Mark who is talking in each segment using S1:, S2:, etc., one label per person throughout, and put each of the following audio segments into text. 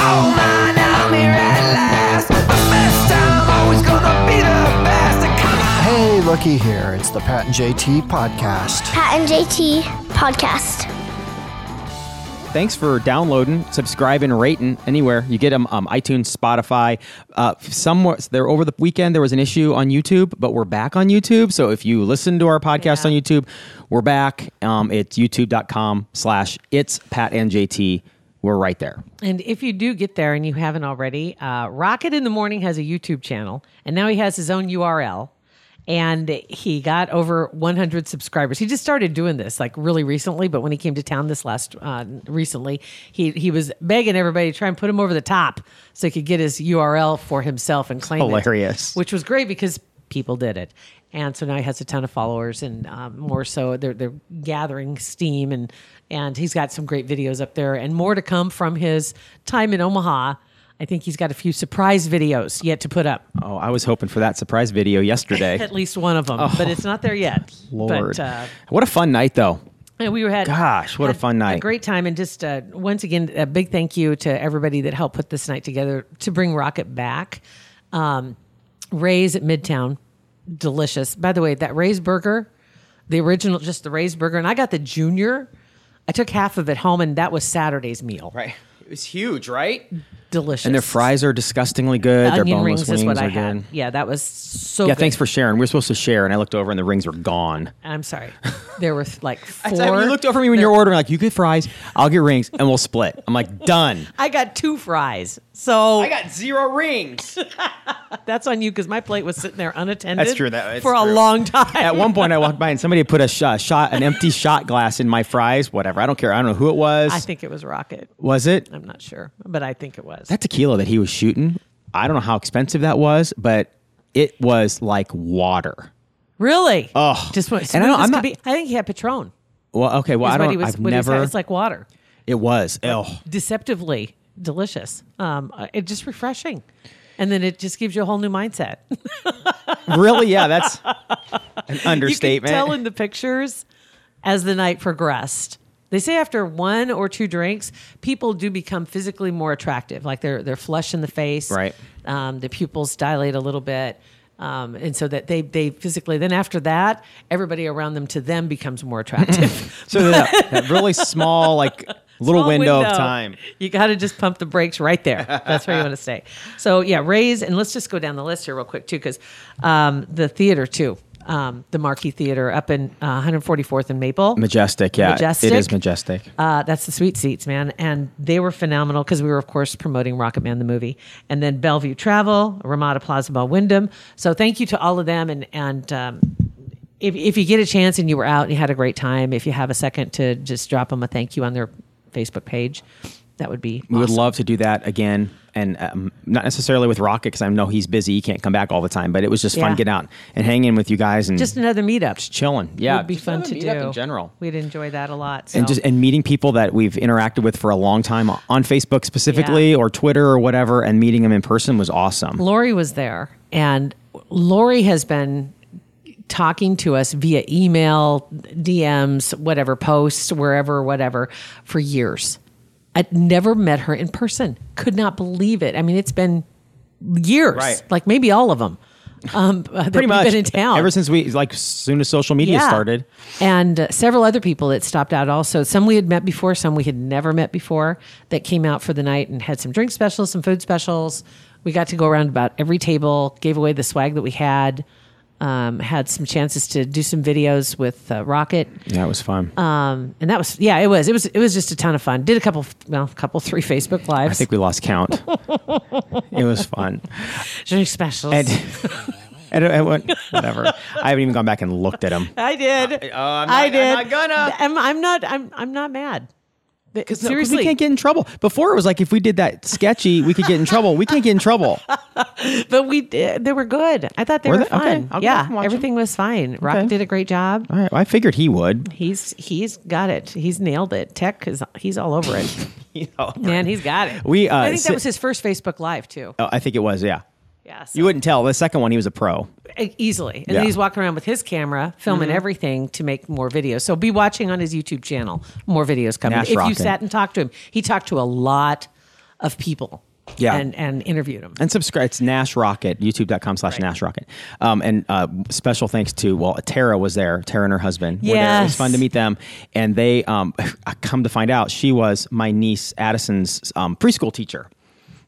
S1: Oh man, I'm here at last. The best time, always gonna be the best. And come on.
S2: Hey, looky here. It's the Pat and JT podcast.
S3: Pat and JT podcast.
S4: Thanks for downloading, subscribing, rating anywhere you get them. Um, iTunes, Spotify, uh, somewhere there over the weekend there was an issue on YouTube, but we're back on YouTube. So if you listen to our podcast on YouTube, we're back. Um, it's YouTube.com/slash It's Pat and JT. We're right there.
S5: And if you do get there and you haven't already, uh, Rocket in the Morning has a YouTube channel, and now he has his own URL. And he got over 100 subscribers. He just started doing this like really recently, but when he came to town this last uh, recently, he he was begging everybody to try and put him over the top so he could get his URL for himself and claim it,
S4: Hilarious.
S5: which was great because people did it. And so now he has a ton of followers, and um, more so they're they're gathering steam, and and he's got some great videos up there, and more to come from his time in Omaha. I think he's got a few surprise videos yet to put up,
S4: Oh, I was hoping for that surprise video yesterday.
S5: at least one of them, but it's not there yet.
S4: Oh. Lord,
S5: But, uh,
S4: what a fun night though.
S5: and we were had
S4: Gosh, what a
S5: had
S4: fun night.
S5: a great time, and just uh, once again, a big thank you to everybody that helped put this night together to bring Rocket back. Um, Ray's at Midtown, delicious. By the way, that Ray's burger, the original, just the Ray's burger, and I got the junior. I took half of it home, and that was Saturday's meal.
S4: Right. It was huge, right?
S5: Delicious.
S4: And their fries are disgustingly good.
S5: The
S4: their
S5: onion
S4: boneless
S5: rings
S4: wings
S5: is what
S4: are
S5: I had.
S4: good.
S5: Yeah, that was so.
S4: Yeah,
S5: good.
S4: thanks for sharing. We were supposed to share, and I looked over, and the rings were gone.
S5: I'm sorry. There were like
S4: I
S5: four.
S4: said- you looked over at me when you were ordering, like, you get fries, I'll get rings, and we'll split. I'm like, done.
S5: I got two fries, so
S4: got zero rings.
S5: That's on you because my plate was sitting there unattended.
S4: That's true, that- it's
S5: for
S4: true.
S5: a long time.
S4: At one point, I walked by, and somebody had put a sh- a shot, an empty shot glass in my fries. Whatever, I don't care. I don't know who it was.
S5: I think it was Rocket.
S4: was it
S5: I'm not sure, but I think it was.
S4: that tequila that he was shooting? I don't know how expensive that was, but it was like water.
S5: really? Oh, just what,
S4: And I
S5: I,
S4: don't- I'm not-
S5: be, I think he had Patron.
S4: Well, okay, well,
S5: is
S4: I
S5: what
S4: don't.
S5: he was,
S4: I've
S5: what he was
S4: never.
S5: having. it's like water,
S4: it was. Oh,
S5: deceptively delicious. Um, uh, it just refreshing, and then it just gives you a whole new mindset.
S4: really? Yeah, that's an
S5: you
S4: understatement.
S5: can tell in the pictures as the night progressed. They say after one or two drinks, people do become physically more attractive. Like they're they're flush in the face,
S4: Right.
S5: Um, the pupils dilate a little bit, um, and so that they they physically. Then after that, everybody around them to them becomes more attractive.
S4: so that, that really small, like little
S5: Small
S4: window of time.
S5: You got to just pump the brakes right there. That's where you want to stay. So yeah, Rays, and let's just go down the list here real quick too, because um, the theater too, um, the Marquee Theater up in uh, 144th and Maple,
S4: Majestic, yeah.
S5: Majestic.
S4: It is majestic.
S5: Uh, that's the sweet seats, man, and they were phenomenal because we were, of course, promoting Rocket Man the movie, and then Bellevue Travel, Ramada Plaza Mall, Wyndham. So thank you to all of them, and and um, if if you get a chance and you were out and you had a great time, if you have a second to just drop them a thank you on their Facebook page, that would be
S4: We would love to do that again, and um, not necessarily with Rocket because I know he's busy. He can't come back all the time, but it was just fun
S5: Yeah.
S4: getting out and hanging with you guys and
S5: just another meetup.
S4: chilling. Yeah,
S5: would be
S4: just
S5: fun
S4: another
S5: to do
S4: meetup in general.
S5: We'd enjoy that a lot. So.
S4: and just and meeting people that we've interacted with for a long time on Facebook specifically
S5: Yeah.
S4: or Twitter or whatever, and meeting them in person was awesome.
S5: Lori was there, and Lori has been talking to us via email, DMs, whatever, posts, wherever, whatever, for years. I'd never met her in person. Could not believe it. I mean, it's been years,
S4: Right.
S5: like maybe all of them. Um, that
S4: Pretty
S5: we've
S4: much
S5: been in town
S4: ever since we like soon as social media started.
S5: and uh, several other people that stopped out also. Some we had met before, some we had never met before that came out for the night and had some drink specials, some food specials. We got to go around about every table, gave away the swag that we had, um, had some chances to do some videos with uh, Rocket.
S4: Yeah, it was fun.
S5: Um, and that was, yeah, it was, it was, it was just a ton of fun. Did a couple, well, a couple, three Facebook
S4: I
S5: lives,
S4: think we lost count. it was fun.
S5: drink specials.
S4: And, and, and what- whatever. I haven't even gone back and looked at them.
S5: I did.
S4: oh, I'm not-
S5: I
S4: I'm
S5: did.
S4: not gonna.
S5: I'm, I'm not. I'm. I'm not mad. Because
S4: No, 'cause
S5: seriously,
S4: we can't get in trouble. Before it was like if we did that sketchy, we could get in trouble. We can't get in trouble.
S5: but we did, they were good. I thought they
S4: Were
S5: were,
S4: they? Okay,
S5: fun.
S4: I'll go back and
S5: yeah,
S4: watch 'em.
S5: everything was fine. Rock did a great job.
S4: All right, I figured he would.
S5: He's he's got it. He's nailed it. Tech is he's all over it. Man, he's got it.
S4: We, uh,
S5: I think
S4: si-
S5: that was his first Facebook Live too.
S4: Oh, I think it was. Yeah,
S5: Yeah, so-
S4: you wouldn't tell. The second one, he was a pro.
S5: E- easily. And
S4: Yeah. Mm-hmm.
S5: then he's walking around with his camera, filming everything to make more videos. So be watching on his YouTube channel. More videos coming.
S4: Nash
S5: if
S4: rocking.
S5: you sat and talked to him, he talked to a lot of people.
S4: Yeah.
S5: and and interviewed him.
S4: And subscribe. It's Nash Rocket, youtube.com slash Nash Rocket. Um, and uh, special thanks to, well, Tara was there. Tara and her husband were there. It was
S5: Yes.
S4: fun to meet them. And they, um, I come to find out, she was my niece Addison's um, preschool teacher.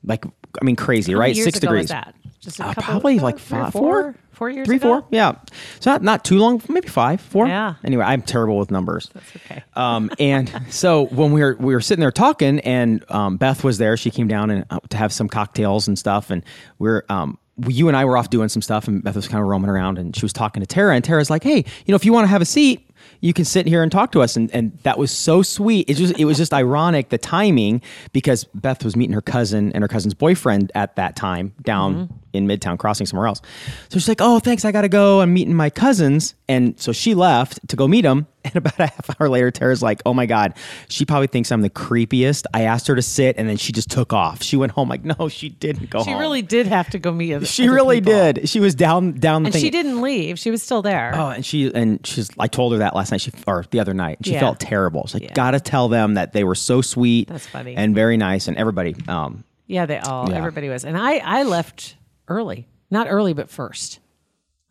S4: Like, I mean, crazy,
S5: How many
S4: right?
S5: years
S4: Six
S5: ago
S4: degrees.
S5: Was that? Just a
S4: Uh,
S5: couple,
S4: probably
S5: uh,
S4: like
S5: three
S4: five,
S5: or
S4: four,
S5: four, four years
S4: three,
S5: ago?
S4: four, yeah. So not, not too long, maybe five, four.
S5: Yeah.
S4: Anyway, I'm terrible with numbers.
S5: okay.
S4: Um, and so when we were we were sitting there talking, and um, Beth was there. She came down and uh, to have some cocktails and stuff, and we're. Um, we- you and I were off doing some stuff, and Beth was kind of roaming around, and she was talking to Tara, and Tara's like, "Hey, you know, if you want to have a seat, you can sit here and talk to us." And and that was so sweet. It just it was just ironic the timing because Beth was meeting her cousin and her cousin's boyfriend at that time down
S5: Mm-hmm.
S4: in Midtown Crossing somewhere else. So she's like, "Oh, thanks, I gotta go. I'm meeting my cousins." And so she left to go meet them. And about a half hour later, Tara's like, "Oh my god, she probably thinks I'm the creepiest." I asked her to sit, and then she just took off. She went home. Like, no, she didn't go
S5: She
S4: home.
S5: really did have to go meet. Other,
S4: Oh. she
S5: other
S4: really
S5: people.
S4: did. She was down, down the
S5: and
S4: thing.
S5: she didn't leave. She was still there.
S4: Oh, and she and she's. I told her that last night. She or the other night. And she
S5: Yeah.
S4: felt terrible. She's like,
S5: Yeah.
S4: gotta tell them that they were so sweet.
S5: That's funny.
S4: And very nice, and everybody. Um,
S5: Yeah, they all
S4: Yeah.
S5: everybody was. And I I left early. Not early, but first.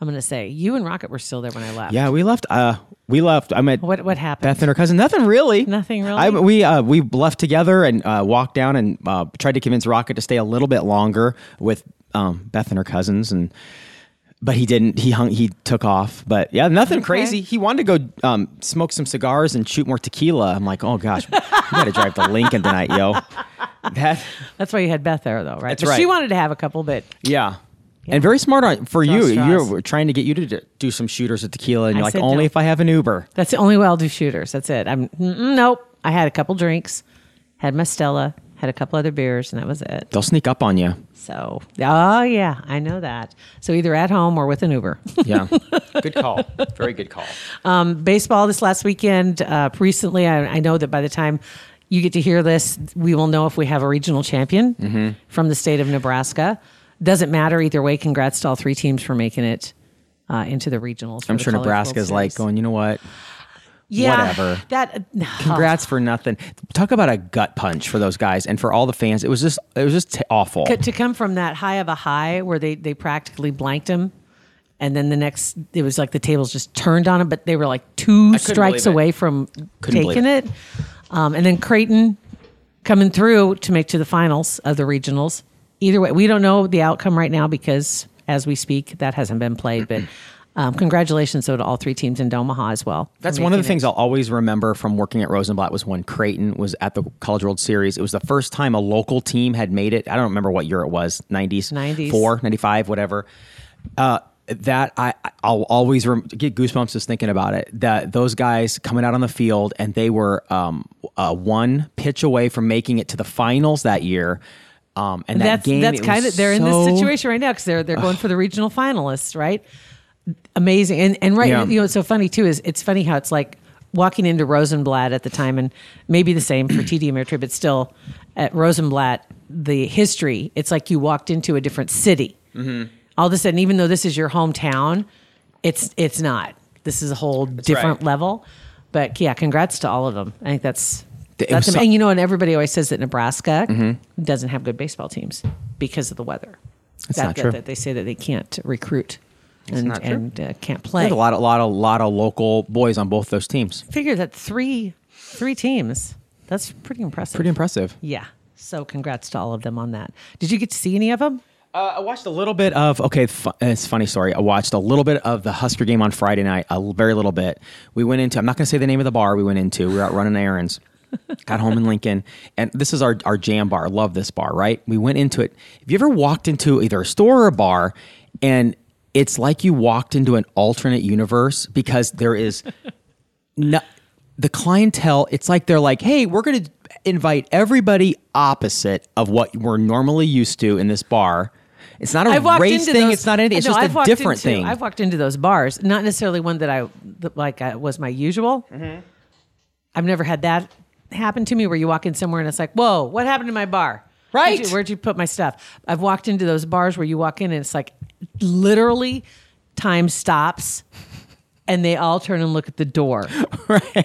S5: I'm gonna say you and Rocket were still there when I left.
S4: yeah, we left. Uh, we left. I met
S5: What what happened?
S4: Beth and her cousin. Nothing really.
S5: Nothing really?
S4: I, we uh, we left together and uh, walked down and uh, tried to convince Rocket to stay a little bit longer with um, Beth and her cousins, and but he didn't. He hung. He took off. But yeah, nothing crazy. He wanted to go um, smoke some cigars and shoot more tequila. I'm like, oh gosh, we gotta drive to Lincoln tonight, yo. That
S5: That's why you had Beth there though, right?
S4: That's
S5: But
S4: right.
S5: She wanted to have a couple, but
S4: yeah. And very smart on, for
S5: Draw
S4: you.
S5: straws.
S4: You're trying to get you to d- do some shooters of tequila, and you're
S5: I
S4: like,
S5: said
S4: only
S5: no.
S4: if I have an Uber.
S5: that's the only way I'll do shooters. That's it. I'm mm, nope. I had a couple drinks, had my Stella, had a couple other beers, and that was it.
S4: They'll sneak up on you.
S5: So oh yeah, I know that. So either at home or with an Uber.
S4: Yeah. good call. Very good call.
S5: baseball this last weekend. Uh, recently, I, I know that by the time you get to hear this, we will know if we have a regional champion
S4: Mm-hmm.
S5: from the state of Nebraska. Doesn't matter either way. Congrats to all three teams for making it uh, into the regionals. for
S4: I'm
S5: the
S4: sure
S5: College
S4: Nebraska's
S5: World
S4: like
S5: Series.
S4: going, you know what?
S5: yeah,
S4: whatever.
S5: That
S4: Congrats for nothing. Talk about a gut punch for those guys and for all the fans. It was just it was just awful.
S5: But to come from that high of a high where they they practically blanked him, and then the next it was like the tables just turned on him, but they were like two strikes
S4: believe it.
S5: away from
S4: Couldn't believe
S5: taking it. Um, and then Creighton coming through to make to the finals of the regionals. Either way, we don't know the outcome right now because as we speak, that hasn't been played. But um, congratulations though to all three teams in Omaha as well. for
S4: That's one of the
S5: making
S4: things
S5: it.
S4: I'll always remember from working at Rosenblatt was when Creighton was at the College World Series. It was the first time a local team had made it. I don't remember what year it was 90s,
S5: 90s.
S4: 4, 95, whatever. Uh, that I I'll always rem- get goosebumps just thinking about it. That those guys coming out on the field and they were um, uh, one pitch away from making it to the finals that year. Um, and that
S5: that's
S4: game,
S5: that's
S4: it was
S5: kind of they're in
S4: so-
S5: this situation right now because they're they're going for the regional finalists, right? Amazing, and and right,
S4: Yeah.
S5: you know, what's so funny too is it's funny how it's like walking into Rosenblatt at the time, and maybe the same for TD Ameritrade, but still at Rosenblatt, the history, it's like you walked into a different city.
S4: Mm-hmm.
S5: All of a sudden, even though this is your hometown, it's it's not. This is a whole different
S4: right.
S5: level. But yeah, congrats to all of them. I think that's
S4: It was
S5: that's amazing.
S4: so-
S5: and you know, and everybody always says that Nebraska doesn't have good baseball teams because of the weather. That's
S4: not true.
S5: That they say that they can't recruit and,
S4: not true.
S5: and uh, can't
S4: They
S5: play.
S4: had a lot, a lot, a lot of local boys on both those teams.
S5: Figure that three three teams. That's pretty impressive.
S4: Pretty impressive.
S5: yeah. So congrats to all of them on that. Did you get to see any of them?
S4: Uh, I watched a little bit of okay. Fu- it's a funny story. I watched a little bit of the Husker game on Friday night. A l- very little bit. We went into. I'm not going to say the name of the bar we went into. We were out running errands. Got home in Lincoln, and this is our our jam bar. Love this bar, right? We went into it. Have you ever walked into either a store or a bar, and it's like you walked into an alternate universe because there is no, the clientele, it's like they're like, hey, we're going to invite everybody opposite of what we're normally used to in this bar. It's not a
S5: I've walked
S4: race
S5: into
S4: thing.
S5: those-
S4: it's not anything. It's
S5: No,
S4: just
S5: I've
S4: a
S5: walked
S4: different
S5: into-
S4: thing.
S5: I've walked into those bars, not necessarily one that I that, like uh, was my usual.
S4: Mm-hmm.
S5: I've never had that happen to me, where you walk in somewhere and it's like, "Whoa, what happened to my bar?
S4: Right.
S5: Where'd you, where'd you put my stuff?" I've walked into those bars where you walk in and it's like, literally, time stops, and they all turn and look at the door.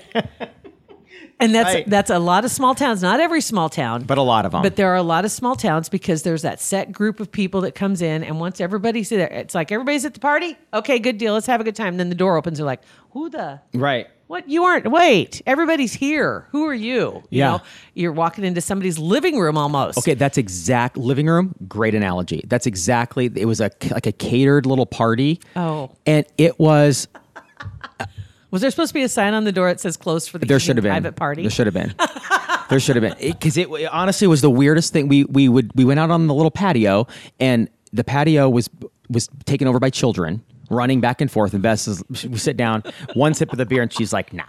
S5: And that's
S4: Right.
S5: that's a lot of small towns. Not every small town,
S4: But a lot of 'em.
S5: But there are a lot of small towns because there's that set group of people that comes in, and once everybody's there, it's like everybody's at the party. Okay, good deal. Let's have a good time. Then the door opens. They're like, "Who the
S4: right.
S5: what? You aren't. Wait, everybody's here. Who are you? You
S4: Yeah.
S5: know, you're walking into somebody's living room almost.
S4: Okay, that's exact living room. Great analogy. That's exactly. It was a like a catered little party.
S5: Oh.
S4: and it was
S5: Was there supposed to be a sign on the door that says closed for the
S4: There
S5: evening
S4: should have been
S5: private party?
S4: There should have been. there should have been because it, it honestly was the weirdest thing. We we would we went out on the little patio and the patio was was taken over by children running back and forth. And Bess is we sit down, one sip of the beer, and she's like, nah.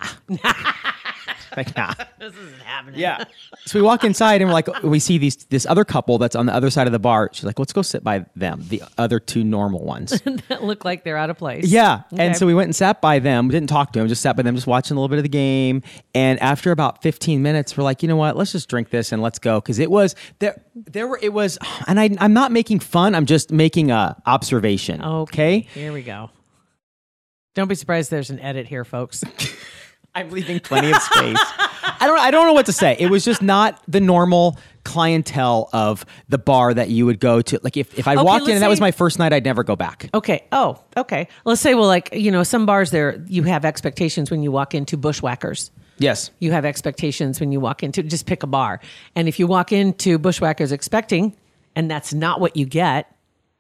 S4: like nah.
S5: This isn't happening.
S4: Yeah. So we walk inside and we're like, we see these this other couple that's on the other side of the bar. She's like, let's go sit by them, the other two normal ones.
S5: that look like they're out of place.
S4: Yeah.
S5: Okay.
S4: And so we went and sat by them. We didn't talk to them, just sat by them, just watching a little bit of the game. And after about 15 minutes, we're like, you know what? Let's just drink this and let's go. Cause it was there, there were, it was, and I, I'm not making fun. I'm just making a observation.
S5: Oh. Okay. Here we go. Don't be surprised there's an edit here, folks.
S4: I'm leaving plenty of space. I don't, I don't know what to say. It was just not the normal clientele of the bar that you would go to. Like if, if I walked in
S5: let's
S4: and that was
S5: say-
S4: my first night, I'd never go back.
S5: Okay. Oh, okay. Let's say, well, like, you know, some bars there, you have expectations when you walk into Bushwhackers.
S4: Yes.
S5: You have expectations when you walk into, just pick a bar. And if you walk into Bushwhackers expecting, and that's not what you get,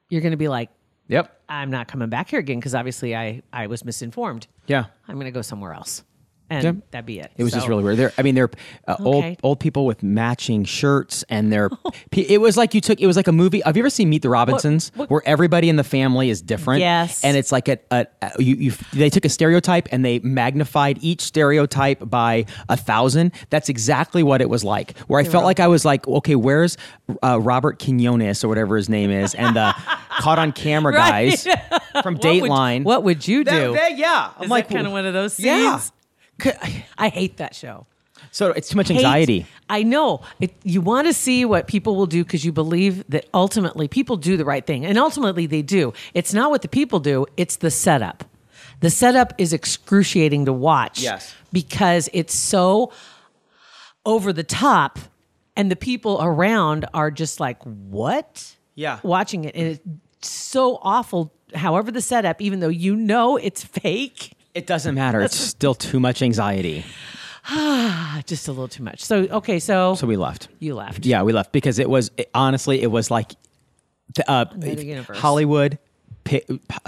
S5: you're going to be like,
S4: Yep.
S5: I'm not coming back here again because obviously I, I was misinformed.
S4: Yeah.
S5: I'm going to go somewhere else. And
S4: Yeah.
S5: that'd be it.
S4: It was just
S5: So-
S4: really weird. They're, I mean, they're uh, old
S5: Okay. Oh.
S4: old people with matching shirts, and they're. pe- It was like you took. It was like a movie. Have you ever seen Meet the Robinsons,
S5: what-
S4: where everybody in the family is different?
S5: Yes.
S4: and it's like a, a, a- you, you. They took a stereotype and they magnified each stereotype by a thousand. That's exactly what it was like. Where I felt like I was like, okay, where's uh, Robert Quinones or whatever his name is, and the caught on camera
S5: Right.
S4: guys from
S5: What would-
S4: Dateline.
S5: what would you do?
S4: That- that- yeah, I'm
S5: Is
S4: like
S5: that kind of one of those scenes?
S4: Yeah.
S5: I hate that show.
S4: So it's too much
S5: hate-
S4: anxiety.
S5: I know. It, you want to see what people will do because you believe that ultimately people do the right thing. And ultimately they do. It's not what the people do, it's the setup. The setup is excruciating to watch.
S4: Yes.
S5: Because it's so over the top and the people around are just like, what?
S4: Yeah.
S5: Watching it. And it's so awful. However, the setup, even though you know it's fake.
S4: It doesn't matter. It's still too much anxiety.
S5: ah, Just a little too much. So okay, so,
S4: So we left.
S5: you left.
S4: Yeah, we left because it was it- honestly it was like the, uh,
S5: Another universe.
S4: Hollywood. pi-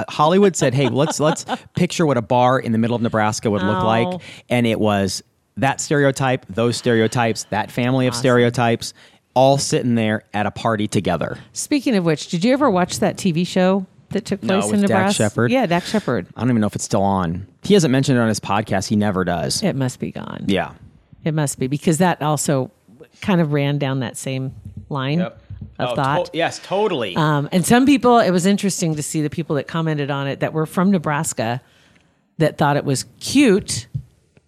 S4: Hollywood said, "Hey, let's let's picture what a bar in the middle of Nebraska would look
S5: Oh.
S4: like," and it was that stereotype, those stereotypes, that family of stereotypes, all sitting there at a party together.
S5: Speaking of which, did you ever watch that TV show that took
S4: No,
S5: place in
S4: with Dak
S5: Nebraska?
S4: Shepard?
S5: Yeah, Dak Shepard.
S4: I don't even know if it's still on. He hasn't mentioned it on his podcast. He never does.
S5: It must be gone.
S4: Yeah,
S5: It must be because that also kind of ran down that same line of thought.
S4: Oh, yes, totally.
S5: Um, and some people, it was interesting to see the people that commented on it that were from Nebraska that thought it was cute.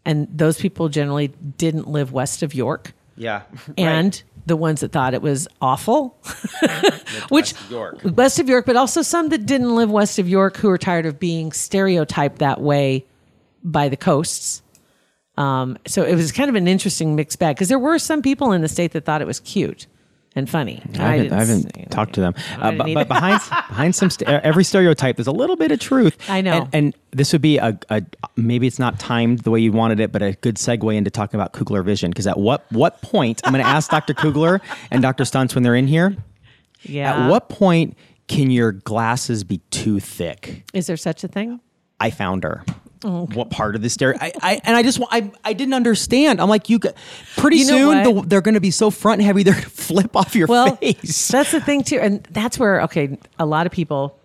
S5: And those people generally didn't live west of York.
S4: yeah,
S5: and the ones that thought it was awful, which west of, York. but also some that didn't live west of York who are tired of being stereotyped that way by the coasts. Um, so it was kind of an interesting mixed bag because there were some people in the state that thought it was cute and funny.
S4: I haven't, I haven't
S5: see-
S4: talked to them. Uh,
S5: didn't
S4: but,
S5: either.
S4: but behind behind some st- e, every stereotype, there's a little bit of truth.
S5: I know.
S4: And, and this would be a, a maybe it's not timed the way you wanted it, but a good segue into talking about Kugler vision. Because at what what point I'm going to ask Dr. Kugler and Dr. Stunts when they're in here.
S5: Yeah.
S4: At what point can your glasses be too thick?
S5: is there such a thing?
S4: I found her. What part of the stereo? I, I and I just wa- I I didn't understand. I'm like you. g- Pretty
S5: You know
S4: soon the,
S5: what?
S4: they're going to be so front heavy they're going to flip off your
S5: Well,
S4: face.
S5: that's the thing too, and that's where okay, a lot of people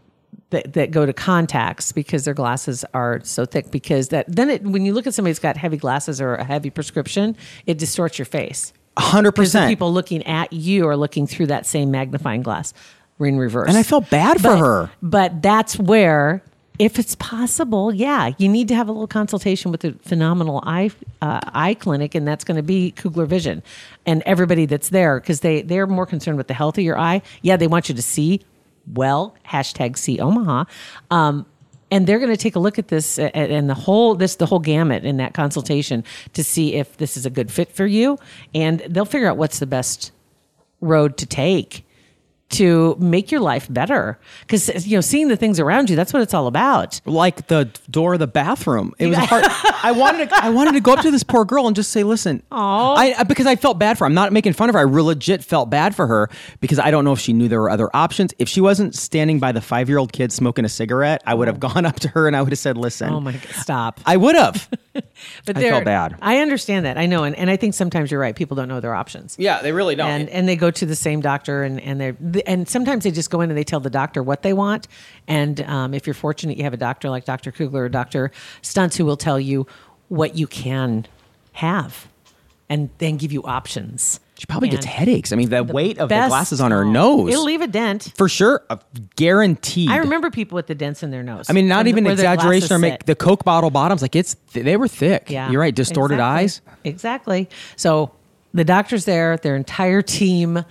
S5: that, that go to contacts because their glasses are so thick because that then it, when you look at somebody that's got heavy glasses or a heavy prescription, it distorts your face.
S4: hundred
S5: Because the
S4: percent.
S5: people looking at you are looking through that same magnifying glass. We're in reverse.
S4: And I felt bad for
S5: But-
S4: her.
S5: But that's where, if it's possible, yeah, you need to have a little consultation with the phenomenal eye uh, eye clinic, and that's going to be Kugler Vision, and everybody that's there because they they're more concerned with the health of your eye. Yeah, they want you to see well. Hashtag see Omaha. Um, and they're going to take a look at this a- a- and the whole this the whole gamut in that consultation to see if this is a good fit for you, and they'll figure out what's the best road to take to make your life better because you know seeing the things around you that's what it's all about
S4: like the door of the bathroom. It was hard. I wanted to, I wanted to go up to this poor girl and just say, "Listen, I I- because I felt bad for. her. I'm not making fun of her. I real legit felt bad for her because I don't know if she knew there were other options. If she wasn't standing by the five year old kid smoking a cigarette, I would have gone up to her and I would have said, "Listen,
S5: oh my god stop
S4: I would have.
S5: but
S4: I
S5: there-
S4: felt bad.
S5: i understand that i know and, and i think sometimes you're right people don't know their options
S4: yeah, they really don't.
S5: and and they go to the same doctor and and they are and sometimes they just go in and they tell the doctor what they want and um, if you're fortunate you have a doctor like dr kugler or dr stunts who will tell you what you can have and then give you options
S4: she probably gets
S5: and
S4: headaches. I mean, the, weight of the
S5: Best-
S4: glasses on her
S5: oh,
S4: nose
S5: it'll leave a dent
S4: for sure, uh, guaranteed.
S5: I remember people with the dents in their nose.
S4: I mean, not
S5: From
S4: even
S5: where their
S4: exaggeration or
S5: glasses
S4: make
S5: sit.
S4: the Coke bottle bottoms. Like it's, th- they were thick.
S5: Yeah.
S4: You're right. Distorted
S5: Exactly.
S4: eyes.
S5: Exactly. So the doctor's there, their entire team,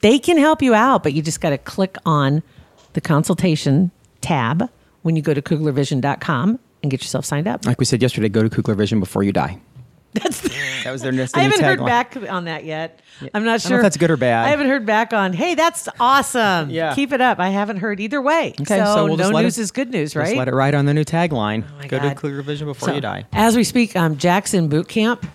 S5: they can help you out, but you just got to click on the consultation tab when you go to kuglervision.com and get yourself signed up.
S4: Like we said yesterday, go to Kugler Vision before you die.
S5: That's
S4: That was their next
S5: I
S4: new
S5: haven't heard
S4: tagline.
S5: back on that yet. I'm not
S4: don't
S5: sure
S4: know if that's good or bad.
S5: I haven't heard back on. Hey, that's awesome.
S4: Yeah.
S5: keep it up. I haven't heard either way.
S4: Okay,
S5: so,
S4: so we'll
S5: no
S4: just let
S5: news
S4: it-
S5: is good news,
S4: Just
S5: right?
S4: let it ride on the new tagline.
S5: Oh my
S4: go to
S5: God.
S4: Kugler Vision before
S5: So,
S4: you die.
S5: As we speak, um, Jackson boot camp.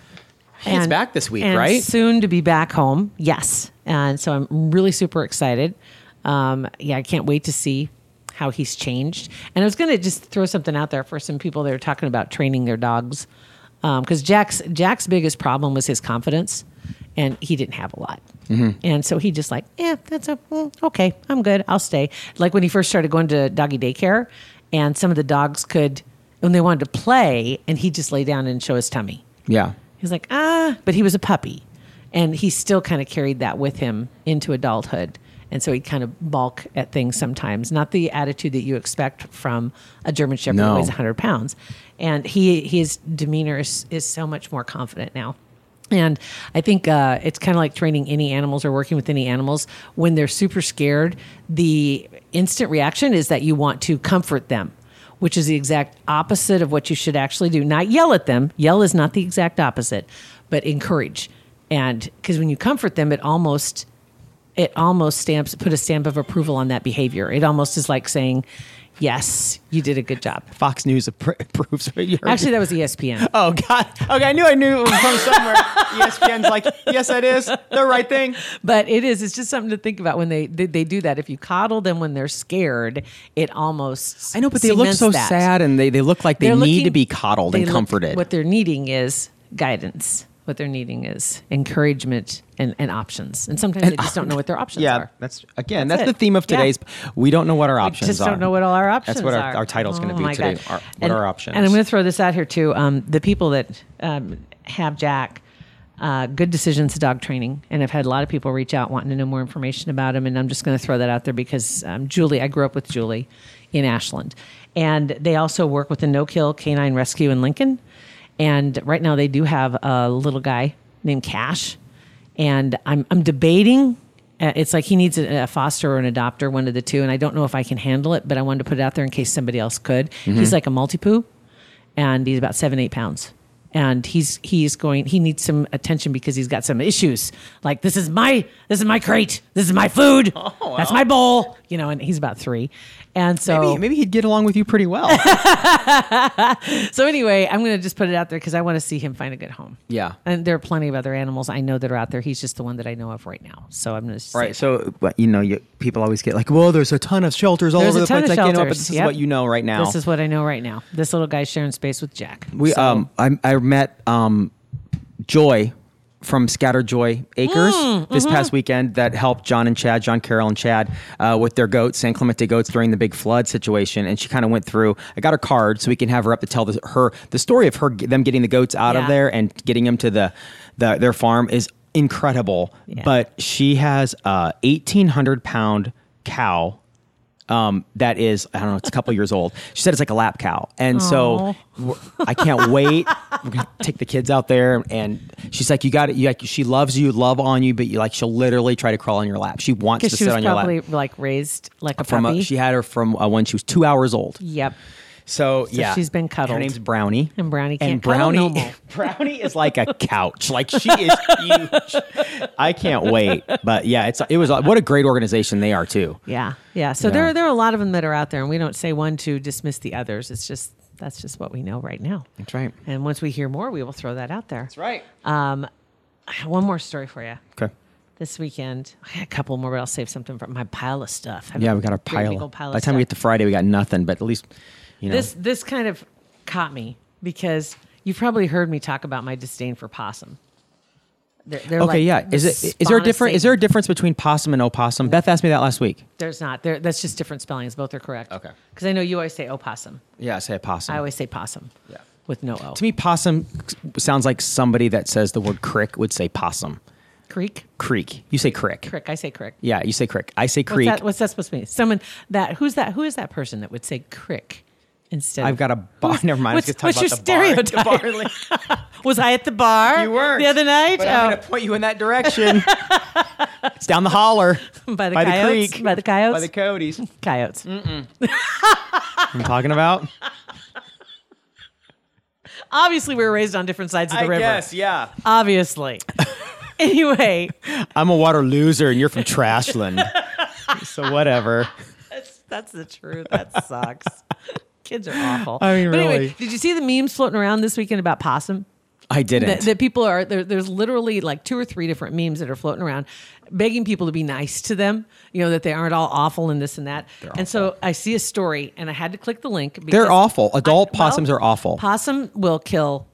S4: He's back this week,
S5: and
S4: right?
S5: Soon to be back home. Yes, and so I'm really super excited. Um, yeah, I can't wait to see how he's changed. And I was going to just throw something out there for some people that are talking about training their dogs, because Jack's Jack's biggest problem was his confidence, and he didn't have a lot.
S4: Mm-hmm.
S5: And so he just like, yeah, that's a, mm, okay. I'm good. I'll stay. Like when he first started going to doggy daycare, and some of the dogs could when they wanted to play, and he just lay down and show his tummy.
S4: Yeah.
S5: He's like, ah, but he was a puppy. And he still kind of carried that with him into adulthood. And so he'd kind of balk at things sometimes, not the attitude that you expect from a German Shepherd
S4: No.
S5: who weighs 100 pounds. And he, his demeanor is, is so much more confident now. And I think uh, it's kind of like training any animals or working with any animals. When they're super scared, the instant reaction is that you want to comfort them, which is the exact opposite of what you should actually do. Not yell at them. Yell is not the exact opposite, but encourage. And because when you comfort them, it almost it almost stamps put a stamp of approval on that behavior. It almost is like saying, "Yes, you did a good job."
S4: Fox News appro- approves. what you heard.
S5: Actually, that was E ESPN.
S4: Oh God! Okay, I knew I knew it was from somewhere. E ESPN's like, yes, that is the right thing.
S5: but it is it's just something to think about when they they, they do that if you coddle them when they're scared it almost
S4: I know, but they look
S5: cements
S4: so
S5: that.
S4: sad, and they, they look like they
S5: They're
S4: need
S5: looking-
S4: to be coddled
S5: they
S4: and
S5: look-
S4: comforted.
S5: what they're needing is guidance what they're needing is encouragement and, and options and sometimes they just don't know what their options
S4: yeah,
S5: are
S4: that's again, that's,
S5: That's
S4: the
S5: it.
S4: theme of
S5: Yeah.
S4: today's. We don't know what our options
S5: just
S4: are.
S5: don't know what all our options
S4: That's what
S5: are.
S4: our, our title's going
S5: Oh,
S4: to be
S5: my
S4: today.
S5: God.
S4: Our, what
S5: and,
S4: are our options?
S5: And I'm going to throw this out here too. Um, the people that um, have Jack, uh, good decisions to dog training, and I've had a lot of people reach out wanting to know more information about him. And I'm just going to throw that out there because um, Julie, I grew up with Julie in Ashland, and they also work with the No Kill Canine Rescue in Lincoln. And right now they do have a little guy named Cash and I'm I'm debating. Uh, It's like he needs a, a foster or an adopter, one of the two, and I don't know if I can handle it, but I wanted to put it out there in case somebody else could. He's like a multi poo, and he's about seven eight pounds, and he's he's going. He needs some attention because he's got some issues. Like this is my this is my crate, this is my food,
S4: Oh,
S5: that's my bowl, you know. And he's about three, and so
S4: maybe, maybe he'd get along with you pretty well.
S5: so anyway, I'm going to just put it out there because I want to see him find a good home.
S4: Yeah.
S5: and there are plenty of other animals I know that are out there. He's just the one that I know of right now. So I'm going to
S4: Right. So, but, you know, you, people always get like, well, there's a ton of shelters all
S5: There's
S4: over the
S5: a ton
S4: place.
S5: of
S4: I can't
S5: shelters.
S4: know, but this is
S5: Yep.
S4: what you know right now.
S5: This is what I know right now. This little guy's sharing space with Jack.
S4: we, um, I, I met, um, Joy from Scattered Joy Acres this past weekend that helped John and Chad, John Carroll and Chad, uh, with their goats, San Clemente goats during the big flood situation. And she kind of went through, I got her card so we can have her up to tell the, her, the story of her, them getting the goats out of
S5: Yeah.
S4: there and getting them to the, the, their farm is incredible. But she has a eighteen hundred pound cow. Um, that is, I don't know, it's a couple years old. She said it's like a lap cow, and so we're- I can't wait. We're gonna take the kids out there, and she's like, "You got it." You like, she loves you, love on you, but you like, she'll literally try to crawl on your lap. She wants to
S5: Because she
S4: sit
S5: was
S4: on your
S5: probably
S4: lap.
S5: like raised like a
S4: From
S5: puppy.
S4: a, she had her from uh, when she was two hours old.
S5: yep.
S4: So, yeah,
S5: she's been cuddled.
S4: Her name's Brownie,
S5: And Brownie
S4: and
S5: can't cuddle no
S4: Brownie,
S5: more.
S4: Brownie is like a couch. Like she is huge. I can't wait. But yeah, it's it was what a great organization they are too.
S5: Yeah. Yeah. So
S4: Yeah.
S5: there there are a lot of them that are out there and we don't say one to dismiss the others. It's just that's just what we know right now.
S4: That's right.
S5: And once we hear more, we will throw that out there. That's
S4: right.
S5: Um one more story for you.
S4: Okay.
S5: This weekend, I had a couple more, but I'll save something from my pile of stuff. I have
S4: Yeah,
S5: a
S4: we got our
S5: great big
S4: pile.
S5: old
S4: By
S5: of
S4: the time we get
S5: stuff.
S4: to Friday, we got nothing. But at least you know.
S5: This this kind of caught me because you've probably heard me talk about my disdain for possum. They're, they're
S4: okay.
S5: like
S4: yeah.
S5: the
S4: Is it is there a
S5: spawn of
S4: different is
S5: Satan.
S4: there a difference between possum and opossum? Beth asked me that last week.
S5: There's not. There, that's just different spellings. Both are correct.
S4: Okay.
S5: Because I know you always say "Oh, opossum.
S4: Yeah, I say opossum.
S5: I always say possum.
S4: Yeah.
S5: With no o.
S4: to me, possum sounds like somebody that says the word crick would say possum.
S5: creek.
S4: Creek. You say crick.
S5: Crick. I say crick.
S4: Yeah, you say crick. I say
S5: What's
S4: creek.
S5: that, what's that supposed to mean? Someone that who's that? Who is that person that would say crick instead?
S4: I've
S5: of-
S4: got a bar.
S5: Who's-
S4: Never mind. I was
S5: What's,
S4: gonna
S5: what's
S4: talk
S5: your
S4: about the
S5: stereotype?
S4: bar. The
S5: was I at the bar?
S4: You weren't
S5: the other night.
S4: But I'm going to point you in that direction. it's down the holler
S5: Oh, By the coyotes?
S4: creek,
S5: By the coyotes?
S4: by the Mm. coyotes.
S5: oh, coyotes.
S4: I'm talking about.
S5: Obviously, we were raised on different sides of the river.
S4: yeah.
S5: Obviously. anyway,
S4: I'm a water loser, and you're from Trashland, so whatever.
S5: that's, that's the truth. That sucks. Kids are awful.
S4: I mean,
S5: but
S4: really.
S5: Anyway, did you see the memes floating around this weekend about possum?
S4: I didn't.
S5: That, that people are there, there's literally like two or three different memes that are floating around begging people to be nice to them you know that they aren't all awful and this and that and so i see a story and i had to click the link because
S4: They're awful. Adult
S5: well,
S4: possums are awful.
S5: possum will kill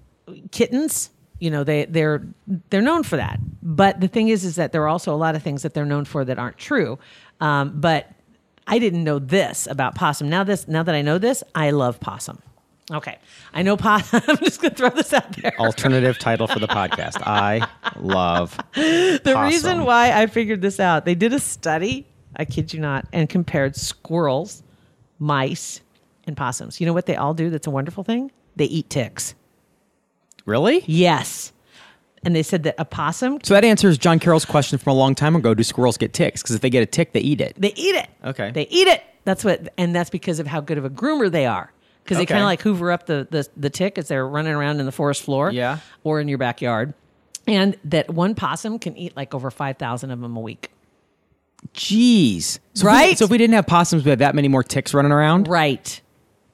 S5: kittens you know they they're they're known for that but the thing is is that there are also a lot of things that they're known for that aren't true um, but i didn't know this about possum now this now that i know this i love possum okay i know possum i'm just gonna throw this out there
S4: Alternative title for the podcast. I love.
S5: the
S4: Possum.
S5: reason why I figured this out, they did a study, I kid you not, and compared squirrels, mice, and possums. You know what they all do that's a wonderful thing? They eat ticks.
S4: Really?
S5: Yes. And they said that a possum,
S4: So that answers John Carroll's question from a long time ago: Do squirrels get ticks? Because if they get a tick, they eat it.
S5: they eat it.
S4: Okay.
S5: They eat it. That's what, and that's because of how good of a groomer they are. Because they
S4: Okay.
S5: kind of like hoover up the, the, the tick as they're running around in the forest floor
S4: Yeah.
S5: or in your backyard. And that one possum can eat like over 5,000 of them a week.
S4: Jeez. So if we-
S5: Right?
S4: so if we didn't have possums, we had that many more ticks running around.
S5: Right.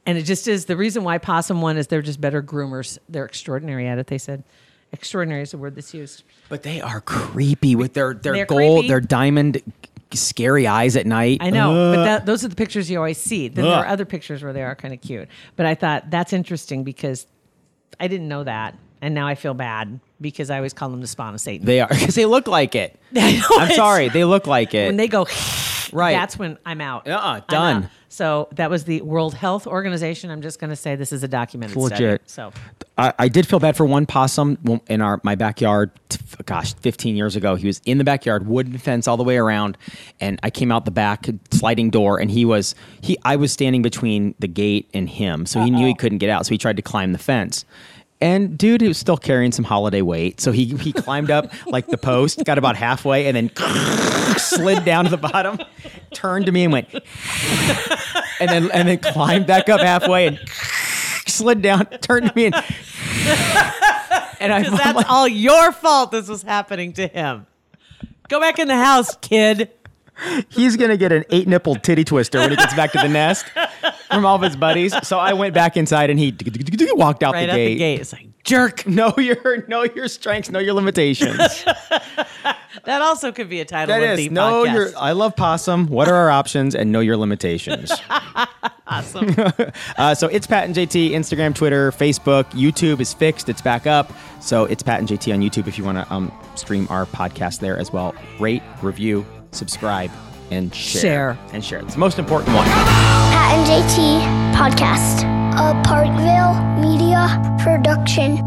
S5: And it just is the reason why possum one is they're just better groomers. They're extraordinary at it. They said extraordinary is the word that's used.
S4: But they are creepy with their their
S5: They're
S4: gold,
S5: creepy.
S4: their diamond, scary eyes at night.
S5: I know,
S4: Ugh.
S5: but that, those are the pictures you always see. Then there are
S4: Uh. Ugh.
S5: other pictures where they are kind of cute. But I thought that's interesting because I didn't know that. And now I feel bad because I always call them the spawn of Satan.
S4: they are because they look like it.
S5: I know
S4: I'm
S5: it's-
S4: sorry, they look like it.
S5: When they go,
S4: Right.
S5: That's when I'm out.
S4: Uh-uh,
S5: I'm
S4: done.
S5: out. So that was the World Health Organization. I'm just going to say this is a documented
S4: It's
S5: study.
S4: legit.
S5: So
S4: I, I did feel bad for one possum in our my backyard. t- f- Gosh, 15 years ago, he was in the backyard, wooden fence all the way around, and I came out the back sliding door, and he was he. I was standing between the gate and him, so he knew he couldn't get out, so he tried to climb the fence. And dude, he was still carrying some holiday weight, so he he climbed up like the post, got about halfway, and then slid down to the bottom, turned to me and went, and then and then climbed back up halfway and slid down, turned to me and and I,
S5: Because
S4: am
S5: that's
S4: like,
S5: all your fault this was happening to him. Go back in the house, kid.
S4: he's gonna get an eight nipple titty twister when he gets back to the nest from all of his buddies. So I went back inside and he walked out
S5: Right
S4: the
S5: at
S4: gate.
S5: the gate. It's like, jerk.
S4: Know your know your strengths, know your limitations.
S5: That also could be a title
S4: That
S5: of
S4: is
S5: the
S4: know
S5: podcast.
S4: your. uh, I love possum. What are our options and know your limitations?
S5: Awesome.
S4: Uh, so it's Pat and JT, Instagram, Twitter, Facebook, YouTube is fixed. It's back up. So it's Pat and JT on YouTube if you want to um, stream our podcast there as well. Rate, review, subscribe, and share.
S5: Share.
S4: And share. It's the most important one.
S3: Pat and JT Podcast, a Parkville media production.